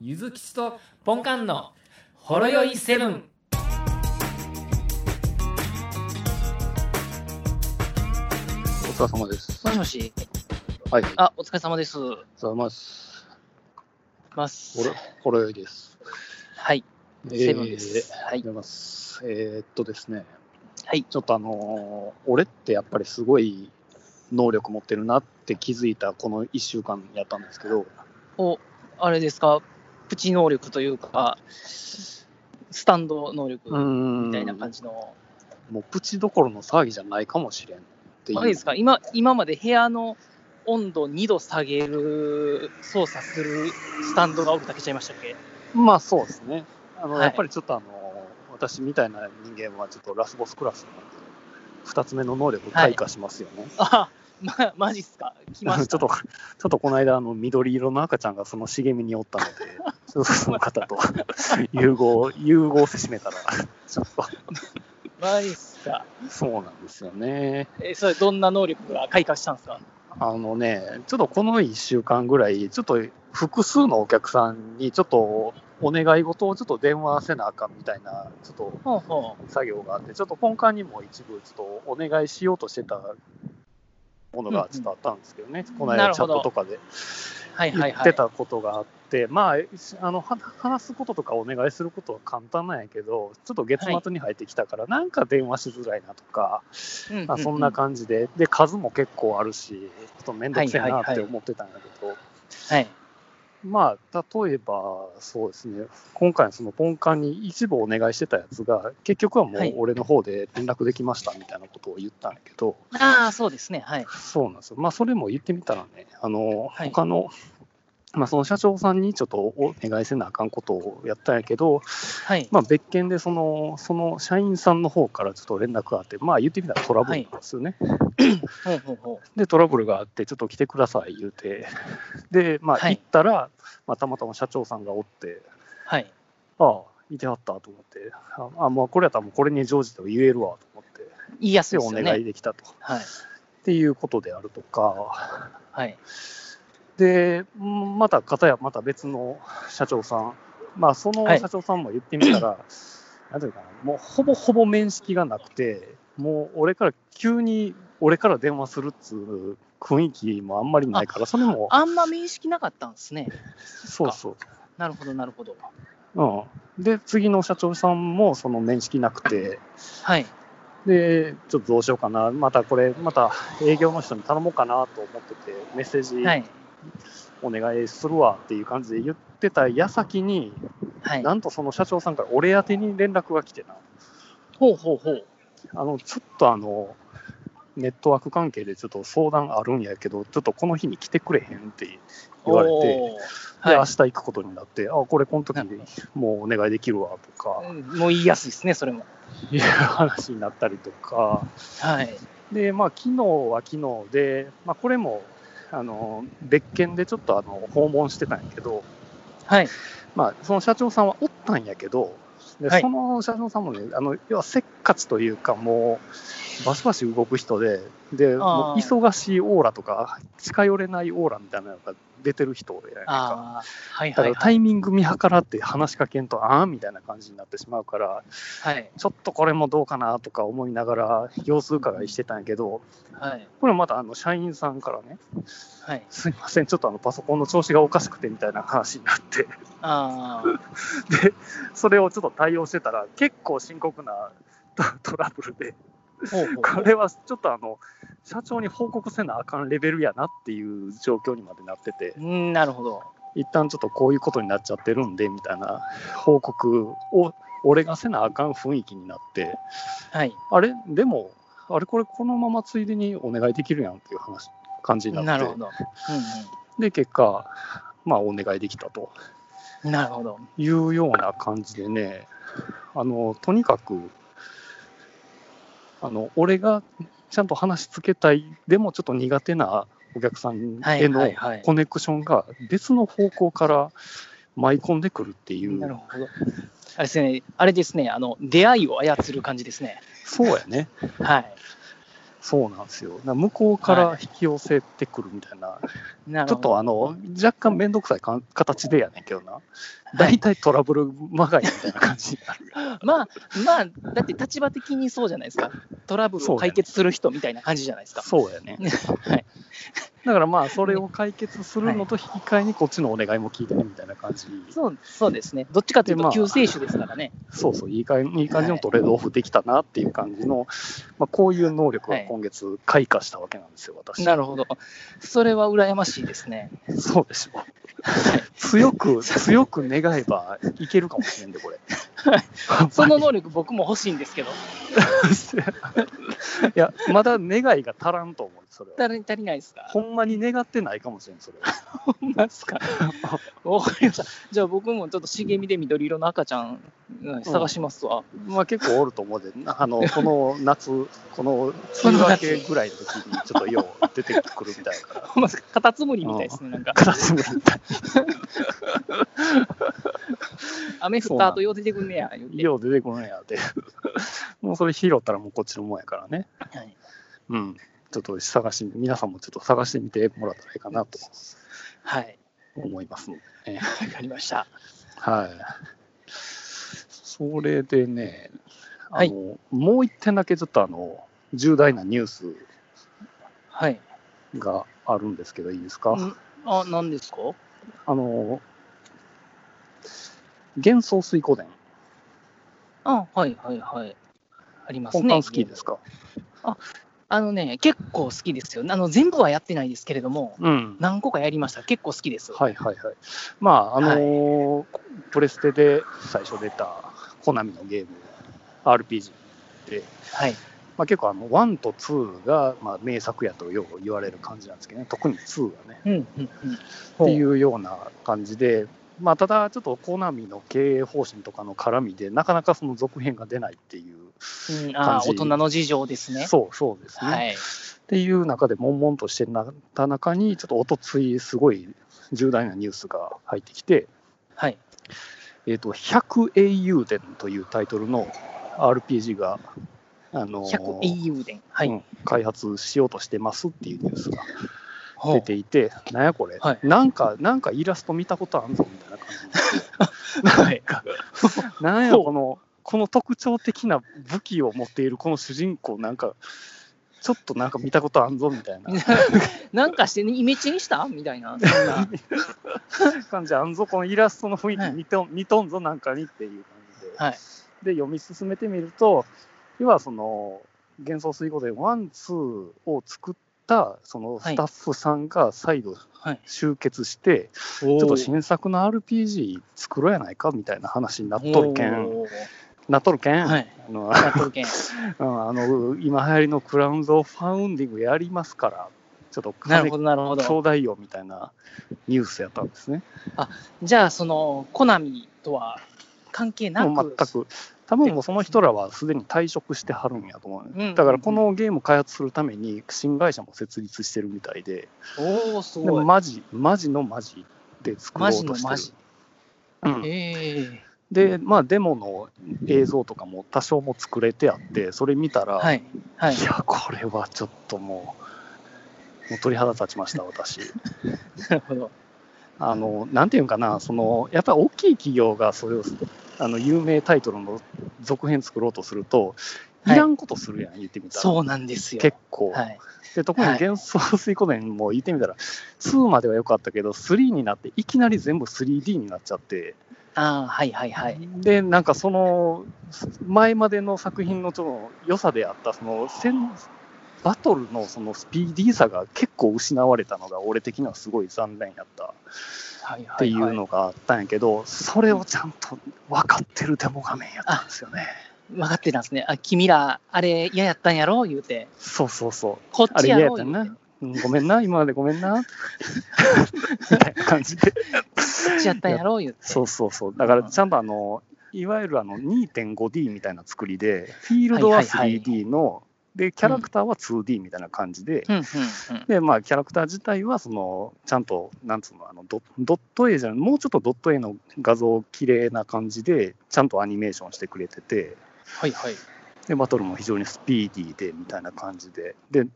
ゆずきちとポンカンのほろよいセブン。お疲れ様です。もしもし。はい。あ、あ、お疲れ様です。ざいます。ます。ほろ、ほろよいです。はい。えーセブンです。はあいりがとうございます。えーっとですね。はいちょっとあのー俺ってやっぱりすごい能力持ってるなって気づいたこの1週間やったんですけど、お、あれですか、プチ能力というか、スタンド能力んみたいな感じの。もうプチどころの騒ぎじゃないかもしれんっていう。あれですか、今、今まで部屋の温度2度下げる、操作するスタンドが多くだけちゃいましたっけまあそうですね。あの、はいやっぱりちょっとあのー私みたいな人間はちょっとラスボスクラスなんで、2つ目の能力開花しますよね。あ、ま、マジっすか来まし ちょた。っと、ちょっとこの間、あの、緑色の赤ちゃんがその茂みにおっ たので、ちょっとその方と融合、融合せしめたら、ちょっと、マジっすか。そうなんですよね。え、それどんな能力が開花したんですかあのね、ちょっとこの1週間ぐらい、ちょっと複数のお客さんに、ちょっとお願い事をちょっと電話せなあかんみたいな、ちょっとほうほう。作業があって、ちょっと根幹にも一部、ちょっとお願いしようとしてたものがちょっとあったんですけどね、このな間るチャほッどトとかで。はいは言いっはてい。たことがあって、まあしあのは話すこととかお願いすることは簡単なんやけど、ちょっと月末に入ってきたから、なんか電話しづらいなとか、うんうんうんまあ、そんな感じで、で、数も結構あるし、ちょっと面倒くせえなはいはっいてはい思ってたんやけど、はい。まあ、例えば、そうですね、今回、そのポンカンに一部お願いしてたやつが、結局はもはうい俺の方で連絡できましたみたいなことを言ったんやけど、ああ、そうですね。はい。そうなんですよ。まあ、それも言ってみたらね、あの、はい他の、まあ、その社長さんにちょっとお願いせなあかんことをやったんやけど、はい。まあ、別件でその、その社員さんの方からちょっと連絡があって、まあ、言ってみたらトラブルなんですよね。ほうほうほで、トラブルがあって、ちょっと来てください言うて、で、まあ、はい行ったら、まあ、たまたま社長さんがおって、う。はい。ああ、いてはったと思って、ああ、もうこれやったらもうこれに乗じて言えるわと思って、言いやすいで、ですおよね。願いできたと。はい。っていうことであるとか、はい。で、んまた、片やまた別の社長さん、まあ、そのはい社長さんも言ってみたら、 なんていうかな、もうほぼほぼ面識がなくて、もう俺から急に、俺から電話するっつう雰囲気もあんまりないから、それも、あんま面識なかったんですね。そうそう。なるほど、なるほど。うん、で、次の社長さんもその面識なくて、はい。で、ちょっとどうしようかな、またこれ、また営業の人に頼もうかなと思ってて、メッセージはい。お願いするわっていう感じで言ってた矢先に、はい。なんとその社長さんから俺宛てに連絡が来てな、ほうほうほう。あのちょっとあの、ネットワーク関係でちょっと相談あるんやけど、ちょっとこの日に来てくれへんって言われて、でおー。は明日行くことになって、あこれ、この時にもうお願いできるわとか、い。もう言いやすいですね、それも。いう話になったりとか、はい。で、まあ、昨日は昨日で、まあ、これも、あの別件でちょっとあの訪問してたんやけど、はい。まあ、その社長さんはおったんやけど、ではいその社長さんもね、あの要はせっかちというか、もうバシバシ動く人で、でもう忙しいオーラとか、近寄れないオーラみたいなのが出てる人やないか。ああ。はいだかはらいタはい。イミング見計らって話しかけんと、ああみたいな感じになってしまうから、はい。ちょっとこれもどうかなとか思いながら、様子伺いしてたんやけど、はい。これまたあの社員さんからね、はい。すいません、ちょっとあのパソコンの調子がおかしくてみたいな話になって、あで、それをちょっと対応してたら、結構深刻な トトラブルで、あ。ほうほうほこう。れはちょっとあの、社長に報告せなあかんレベルやなっていう状況にまでなってて、うんなるほど。一旦ちょっとこういうことになっちゃってるんで、みたいな報告を、俺がせなあかん雰囲気になって、はい。あれ、でも、あれ、これ、このままついでにお願いできるやんっていう話、感じになって、なるほど。で、結果、まあ、お願いできたと。うんうん。なるほど。いうような感じでね、あの、とにかく、あの、俺がちゃんと話しつけたい、でもちょっと苦手なお客さんはいはへのいはい。コネクションが別の方向から舞い込んでくるっていなるう、ほど。あれですね、あれですね、あの、出会いを操る感じですね。そうやね。はい。そうなんですよ。な向こうから引き寄せてくるみたいな、なちるょっほど。とあの、若干めんどくさいか形でやねんけどな。大体トラブルまがいみたいな感じになる。まあ、まあ、だって立場的にそうじゃないですか。トラブルを解決する人みたいな感じじゃないですか。そうやね。 はい。 だからまあ、それを解決するのと引き換えにこっちのお願いも聞いてねみたいな感じ。そうそうですね。どっちかというまとあ救世主ですからね。そうそう、いい感じいい感じのトレードオフできたなっていう感じの、まあ、こういう能力が今月開花したわけなんですよ、私。なるほど。それは羨ましいですね。そうでしょ。強く、強く願えばいけるかもしれんで、これ。その 能力僕も欲しいんですけど、いや、まだ願いが足らんと思う、それは。足り足りないですかほんまに願ってないかもしれん、それは。ほんまですか わかりました。じゃあ僕もちょっと茂みで緑色の赤ちゃんうん探しますわ。まあ結構おると思うで、なあの、この夏、この梅雨明けぐらいの時にちょっとよう出てくるみたいだから。ほんまですかカタツムリみたいですね。なんかカラスみたいな雨降った後よう出てくんねや、言うて。よう出てこないやって。もうそれ拾ったらもうこっちのもんやからね。はいうん。ちょっと探して、皆さんもちょっと探してみてもらったらいいかなとはい。思いますのでね。わかりました。はい。それでね、あはいの、もう一点だけちょっとあの、重大なニュースはい。があるんですけど、いいですか、んあ、何ですかあの、幻想水湖伝、あ、はいはいはい。あります本ね。館好きですか、あのね、結構好きですよ。あの、全部はやってないですけれども、うん。何個かやりました。結構好きです。はいはいはい。まあ、あのープレステで最初出たコナミのゲーム、RPG で、はい。まあ、結構あの1と2がまあ名作やとよう言われる感じなんですけどね、特に2がね。うんうんうん。っほていうような感じで、まあ、ただちょっとコナミの経営方針とかの絡みで、なかなかその続編が出ないっていう、うん、あ感ーじ大人の事情ですね。そうそうですね。はい。っていう中で、悶々としてた中に、ちょっとおとつい、すごい重大なニュースが入ってきて、はい。えっ、と、100英雄伝というタイトルの RPG が、あのー100 EU 伝。はうい。ん開発しようとしてますっていうニュースがほう出ていて、なんやこれ、はいなんか、なんかイラスト見たことあんぞみたいな感はい。じ。なんやこの、この特徴的な武器を持っているこの主人公、なんか、ちょっとなんか見たことあんぞみたいななんかして、ね、イメチェンしたみたいな。そん な。感じあんぞ、このイラストの雰囲気見と,、見とんぞなんかにっていう感じで。はい。で読み進めてみると要はその幻想水濠でワンツーを作ったそのはいスタッフさんが再度はい。集結して、ちちょょっと新作の RPG 作ろうやないかみたいな話になっとるけんなっとるけん、はい。あの やっとるけん。うんあの今流行りのクラウンズ・オフ・ファウンディングやりますからちょっとなる金ほど、なるほちょど。うだいよみたいなニュースやったんですね。じゃあ、その、コナミとは関係なく。もう全。く多分もうその人らはすでに退職してはるんやと思うね、うんだからこのゲーム開発するために新会社も設立してるみたいでおお、すでごもい。マジマジのマジで作ろうマとしジてのるマジ。うん、ええでまあデモの映像とかも多少も作れてあってそれ見たら、、はいい。 はい。やこれはちょっともうもう鳥肌立ちました私なるほど。あのなんていうんかなそのやっぱり大きい企業がそれをあの有名タイトルの続編作ろうとするといらんことするやん、言ってみたらそうなんですよ。結構、はい。で特にはい幻想水湖伝も言ってみたら、2までは良かったけど3になっていきなり全部 3D になっちゃって、ああ、はいはいはい。でなんかその前までの作品のちょっと良さであったその戦バトルのそのスピーディーさが結構失われたのが俺的にはすごい残念やったはいはいはいっていうのがあったんやけど、それをちゃんと分かってるデモ画面やったんですよね。分かってたんですね。あ、君ら、あれ嫌やったんやろ言うて。そうそうそうこっあちれや嫌やろった言うてな。うんごめんな、今までごめんな。みたいな感じで。こっちやったんやろ言うて。 そうそうそう。だからちゃんとあの、いわゆるあの 2.5D みたいな作りで、フィールドは 3D の、で、キャラクターは 2D みたいな感じで、うんうんうん。で、まあ、キャラクター自体は、その、ちゃんと、なんつうの、あのド、ドット絵じゃない、もうちょっとドット絵の画像、綺麗な感じで、ちゃんとアニメーションしてくれてて、はいはい。で、バトルも非常にスピーディーで、みたいな感じで。で、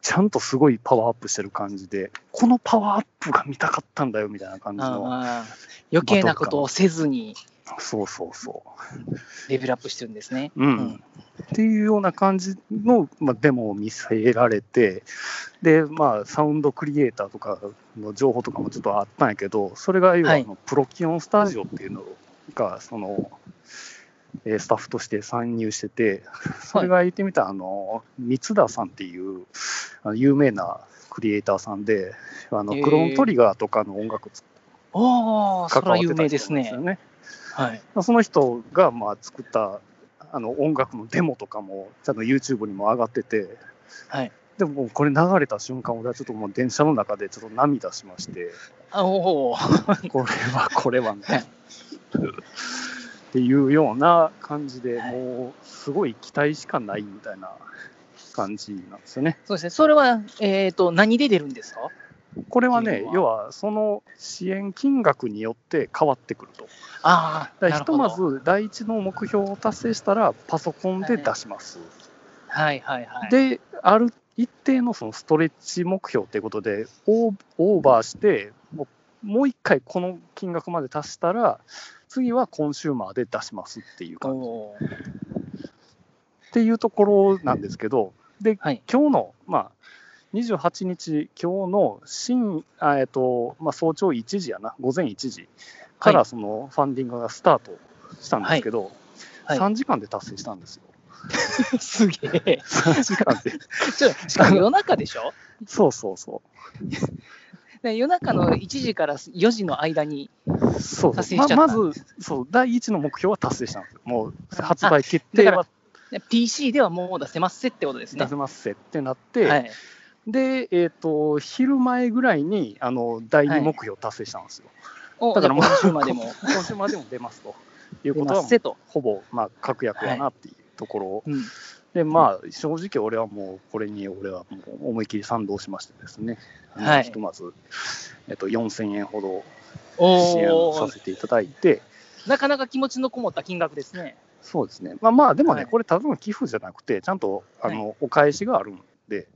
ちゃんとすごいパワーアップしてる感じで、このパワーアップが見たかったんだよ、みたいな感じの。あー余計なことをせずにそうそうそう。レベルアップしてるんですね。うんんっていうような感じの、まあ、デモを見せられて、で、まあ、サウンドクリエイターとかの情報とかもちょっとあったんやけど、それが要はあの、プロキオンスタジオっていうのが、その、えースタッフとして参入してて、それが言ってみたら、あの、三田さんっていうあの有名なクリエイターさんで、あの、へークローントリガーとかの音楽ああ、そ関れはわって有た人なん名でですすよね。ね。はい。まあその人がまあ作ったあの音楽のデモとかも、ちゃんと YouTube にも上がってて、はい、でももうこれ流れた瞬間、俺はちょっともう電車の中でちょっと涙しまして、あおお、これはこれはみたいなはっていうような感じで、はいもうすごい期待しかないみたいな感じなんですよね。そうですね。それは、えっ、と、何で出るんですかこれはっていねうの、は要はその支援金額によって変わってくると。ああ、なだからひるとほどま。ず第一の目標を達成したら、パソコンで出します。はいはいはい。で、ある一定のそのストレッチ目標ということで、オーオーバーして、もうもう一回この金額まで達したら、次はコンシューマーで出しますっていうお感じおー、っていうところなんですけど、で、はい今日の、まあ、28日、今日の深あえっとまあ、早朝1時やな、午前1時かはらいそのファンディングがスタートしたんですけど、はい3時間で達成したんですよ。すげえ。 3時間 で。ちょっとしかも夜中でしょそうそうそで夜中の1時から4時の間に、う。そう達成ましちゃったまずそう、第一の目標は達成したんですよ。もう発売決定だはね PC ではもう出せますってことですね出せ。ますせってなって、はい、で、えっと、昼前ぐらいにあの第は二い目標達成したんですよ。おだからもう今週までも 今週までも出ますという出こまとはす、せと。ほぼ、まあ、確約だなっていうところ、うん、で、まあ、正直俺はもう、これに俺はもう思い切り賛同しましてですね、あのはいひとまず、えっと、4000円ほど支援おをさお、せていただいて、なかなか気持ちのこもった金額ですね。そうですね、まあまあ、でもね、はいこれ、ただの寄付じゃなくて、ちゃんとあの、お返しがあるんで、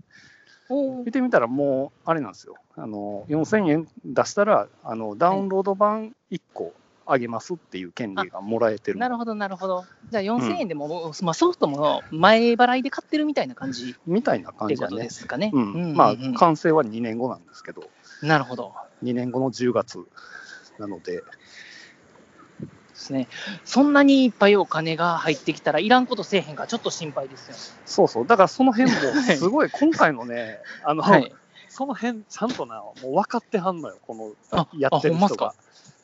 おお見、てみたら、もう、あれなんですよ、あの4000円出したらあの、ダウンロード版1個あげますっていう権利がもらえてるんでなるほど、なるほど。じゃあ4000円でも、もうまあ、ソフトも前払いで買ってるみたいな感じっみたいな感てじこだとでね。すかね。うんまあ、完成は2年後なんですけど、なるほど。 2年後の10月なので、ですね。そんなにいっぱいお金が入ってきたら、いらんことせえへんから、ちょっと心配ですよね。そうそう、だからその辺もはいすごい、今回のね、あの、はい。その辺ちゃんとな、もう分かってはんのよ、このあやってるあほんまっ人すがか。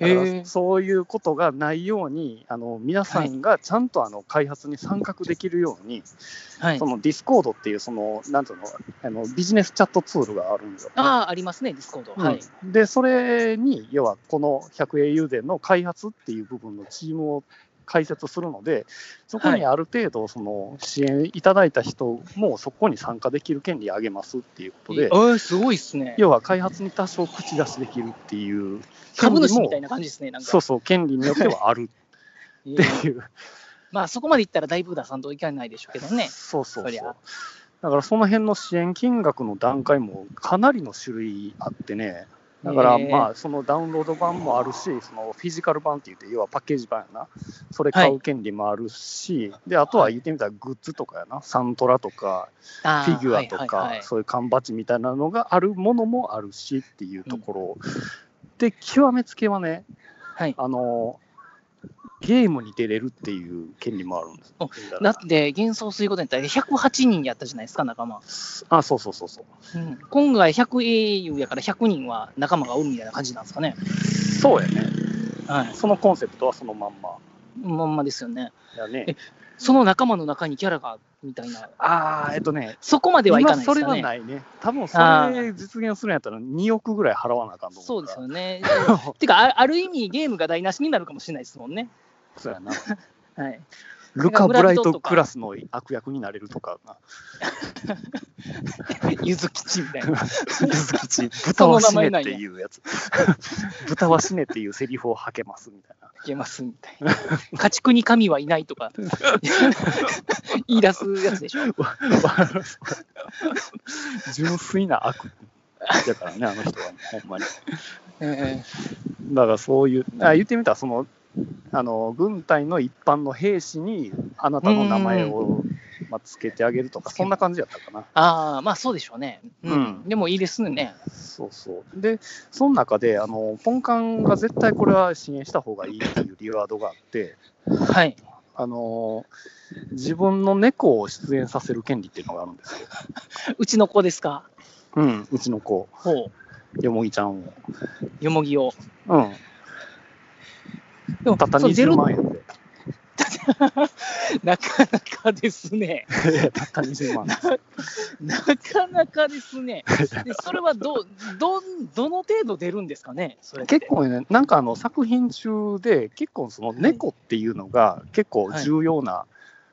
だからへえそういうことがないように、あの皆さんがちゃんとあの開発に参画できるように、はいそ。のディスコードっていう、その、なんていうの、あのビジネスチャットツールがあるんですよ。ああ、ありますね、ディスコード。はい。うんで、それに、要はこの 100au での開発っていう部分のチームを開設するので、そこにある程度、その支援いただいた人もそこに参加できる権利あげますっていうことえで、ー、すごいっすね。要は開発に多少口出しできるっていう、株主みたいな。な感じですね、なんか。そうそう、権利によってはあるえってーいう、まあ、そこまでいったらだいぶ出さんといけないでしょうけどね。そうそそうそうりゃ。だからその辺の支援金額の段階もかなりの種類あってね、だからえーまあそのダウンロード版もあるし、そのフィジカル版って言って、要はパッケージ版やな、それ買う権利もあるし、であとは言ってみたらグッズとかやな、サントラとか、フフィギュアとか、そういう缶バッジみたいなのがあるものもあるしっていうところ、で極めつけはね、はいあのゲームに出れるっていう権利もあるんですお。だって、幻想水ごとに対して108人やったじゃないですか、仲間。あ、そうそうそうそうう。ん、今回100英雄やから100人は仲間がおるみたいな感じなんですかね。そうやね。はい。そのコンセプトはそのまんままんまですよね。やねえ。その仲間の中にキャラが、みたいな。ああ、えっとね、そこまではいか今ないですそよね。れはないね。多分そあれー実現するんやったら2億ぐらい払わなあかんと思う。そうですよね。 ね。 てか、あある意味、ゲームが台無しになるかもしれないですもんね。そうやな。はい。ルカ・ブライトクラスの悪役になれるとか、 ゆずきちみたいゆな。ずきち、豚は死ねっていうや つ、豚は死ねっていうセリフを吐けますみたいな。いけますみたいな。家畜に神はいないと か、言い出すやつでしょ。 純粋な悪だからね、あの人は、ほんまに。えーだからそういう、あ言ってみたらそのあの、軍隊の一般の兵士にあなたの名前を、まあ、つけてあげるとか、そんな感じやったかな。ああ、まあそうでしょうね。うん。うんでもいいですね。そうそう。で、その中で、あのポンカンが絶対これは支援した方がいいっていうリワードがあって、はい。あの自分の猫を出演させる権利っていうのがあるんですよ。うちの子ですか。うん、うちの子、ほよもぎちゃんを。う。よもぎを。うん、でもたったそうゼ20ロ万円で。なかなかですね。 たった20万円。なかなかです ね。でそれはど、ど、どの程度出るんですかね、それって結構ね、なんかあの作品中で、結構その猫っていうのが結構重要な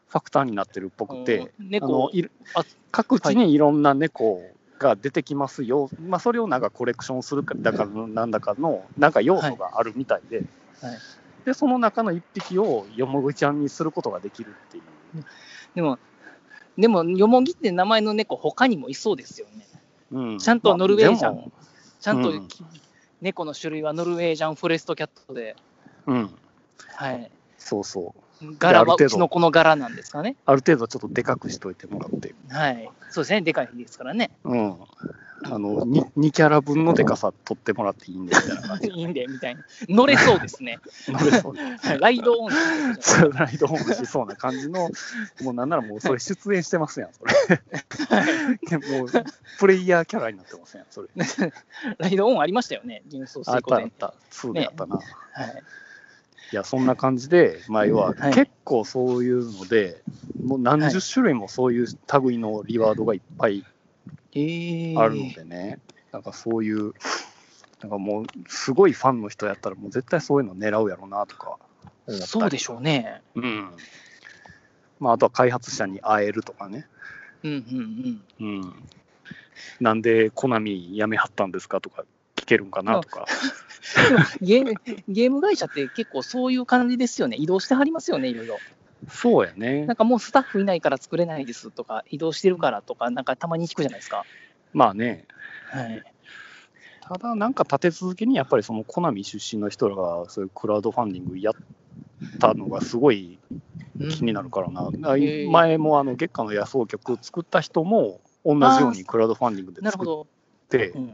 ファクターになってるっぽくて、うんあ猫のをいるあ各地にいろんな猫が出てきますよ、まあ、それをなんかコレクションするかだかなんだかのなんか要素があるみたいで、はいはいでその中の一匹をよもぐちゃんにすることができるっていう。でも、でも、よもぎって名前の猫、他にもいそうですよね。うんちゃんとノルウェージャンまあでもちゃんと、うん猫の種類はノルウェージャンフォレストキャットで、うん、はい。そうそう。柄あるは程度うちの子の柄なんですかね。ある程度ちょっとでかくしといてもらって。はい。そうですね。でかいですからね。うん。あの、に2キャラ分のでかさ取ってもらっていいんで、みたいな 感じ。いいんで、みたいな。乗れそうですね。乗れそうはいライドオン。そうライドホームしそうな感じの、もうなんならもうそれ出演してますやん、それ。もう、プレイヤーキャラになってますやん、それ。ライドオンありましたよね。幻想あ水ったあっ滸た、2であったな。伝。はい。いや、そんな感じで、まあ、要ははい結構そういうので、もう何十種類もそういう類のリワードがいっぱいえー、あるのでね、なんかそういう、なんかもう、すごいファンの人やったら、もう絶対そういうの狙うやろうなとか思ったりそうでしょうね。うん。まあ、あとは開発者に会えるとかね。うんうんうん。なんで、コナミ辞めはったんですかとか聞けるんかなとか。うん。ゲームゲーム会社って結構そういう感じですよね。移動してはりますよね、いろいろ。そうやねなん。かもうスタッフいないから作れないですとか、移動してるからとか、なんかたまに聞くじゃないですか。まあね。はい。ただ、なんか立て続けに、やっぱりそのコナミ出身の人らが、そういうクラウドファンディングやったのがすごい気になるからな。あへえ前も、あの、月下の野草曲作った人も、同じようにクラウドファンディングでなるほ作っど。てう、ん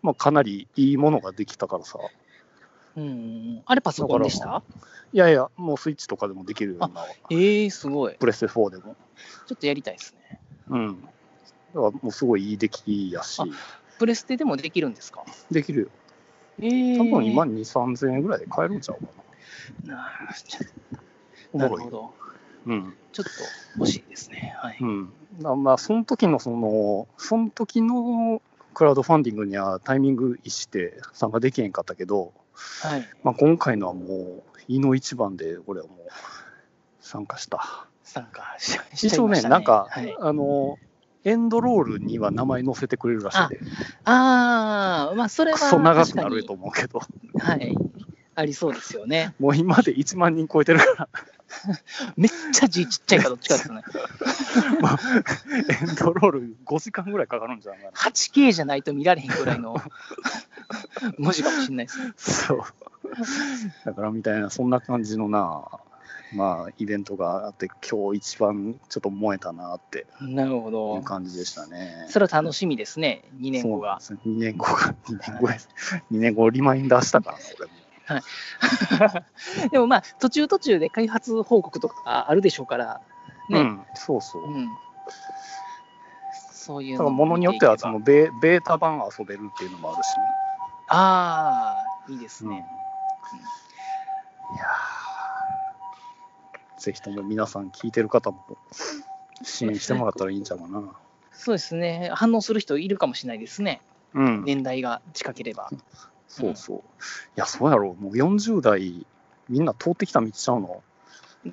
まあ、かなりいいものができたからさ。うんうん、あれパソコンでしだたいやいや、もうスイッチとかでもできるような、ええー、すごい。プレステ4でも。ちょっとやりたいですね。うん。だからもうすごいいい出来やしあ、プレステでもできるんですかできるよ。ええ多分今2、3000円ぐらいで買えるんちゃうかな。なちょおなもるろいほよ。ど。うん。。ちょっと欲しいですね。はいうん。だからまあ、その時の、その、その時のクラウドファンディングにはタイミング一して参加できへんかったけど、はい。まあ、今回のはもう、胃の一番で、俺はもう、参加した。参加ししちゃ一い応まね、したなんか、はい、あの、エンドロールには名前載せてくれるらしいんで、ああ、まあ、それはクソ長く確なかるにと、思うけど、はい、ありそうですよね。もう今で1万人超えて るから、めっちゃ字ちっちゃいからどっちかですね。エンドロール5時間ぐらいかかるんじゃないか 8K じゃないと見られへんぐら いの文字かもしれないですね。な。そう。だからみたいな、そんな感じのな、まあ、イベントがあって、今日一番ちょっと燃えたなってなるほいどう。感じでしたね。それは楽しみですね、2年後が。そうなんですよ。2年後が、2年後です。2年後リマインダーしたからな、俺も。でもまあ、途中途中で開発報告とかあるでしょうから、うね、ん、そうそう。うんそういうだから、ものによっては、そのベ、ベータ版遊べるっていうのもあるしね。ああー、いいですうんね。いやーぜひとも皆さん聞いてる方も支援してもらったらいいんちゃうかな。そうですね、反応する人いるかもしれないですね、うん、年代が近ければ。そうそう。いや、そうやろう。もう40代、みんな通ってきた道ちゃうの。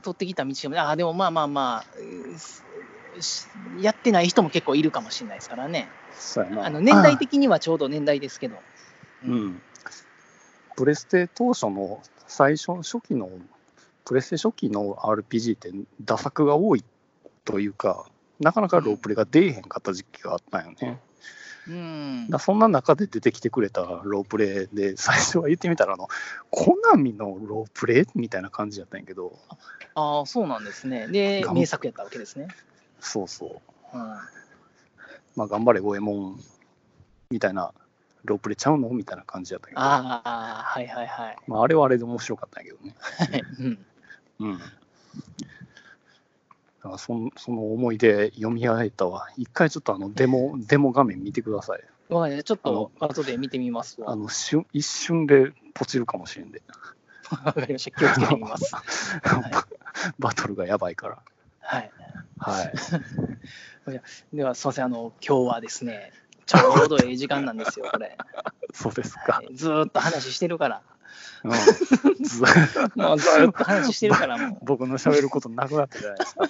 取ってきた道も、ああ、でもまあまあまあ、うーしやってない人も結構いるかもしれないですからね。そうやな。あの年代的にはちょうど年代ですけど。うん。プレステ当初の最初、初期の、プレステ初期の RPG って、打作が多いというか、なかなかロープレイが出えへんかった時期があったんよね。うんだからそんな中で出てきてくれたロープレイで、最初は言ってみたら、あの、コナミのロープレイみたいな感じやったんやけど、ああ、そうなんですね。でが、ん名作やったわけですね。そうそう。うんまあ、頑張れ、ゴエモンみたいな、ロープレちゃうのみたいな感じだったけど、あ,、ああ、はいはいはい。まあ、あれはあれで面白かったんやけどね。うんうん。だからそんその思い出、読み合えたわ。一回ちょっとあのデモ、デモ画面見てください。わかりましたちょっと後で見てみますあわ。の瞬一瞬でポチるかもしれんで、わかりました。気をつけてみます。 いバトルがやばいから。はい。はい。では、すいません。あの、今日はですね、ちょうどええ時間なんですよ、これ。 そうですかは。いずーっと話してる から。うん、ずもうずーっと話してるから、も。僕の喋ることなくなったじゃないですか。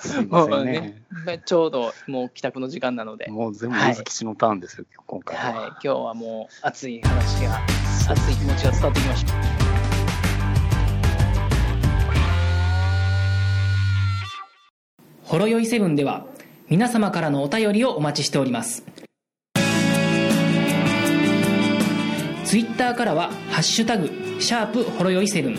すいう もませうんね。ね、 ちょうどもう帰宅の時間なので、はい。もう全部水吉のターンですよ、今回は。今日はもう熱い話が、熱い気持ちが伝わってきました。ほろよいセブンでは皆様からのお便りをお待ちしておりますツイッターからは「ハッシュタグシャープほろよいセブン」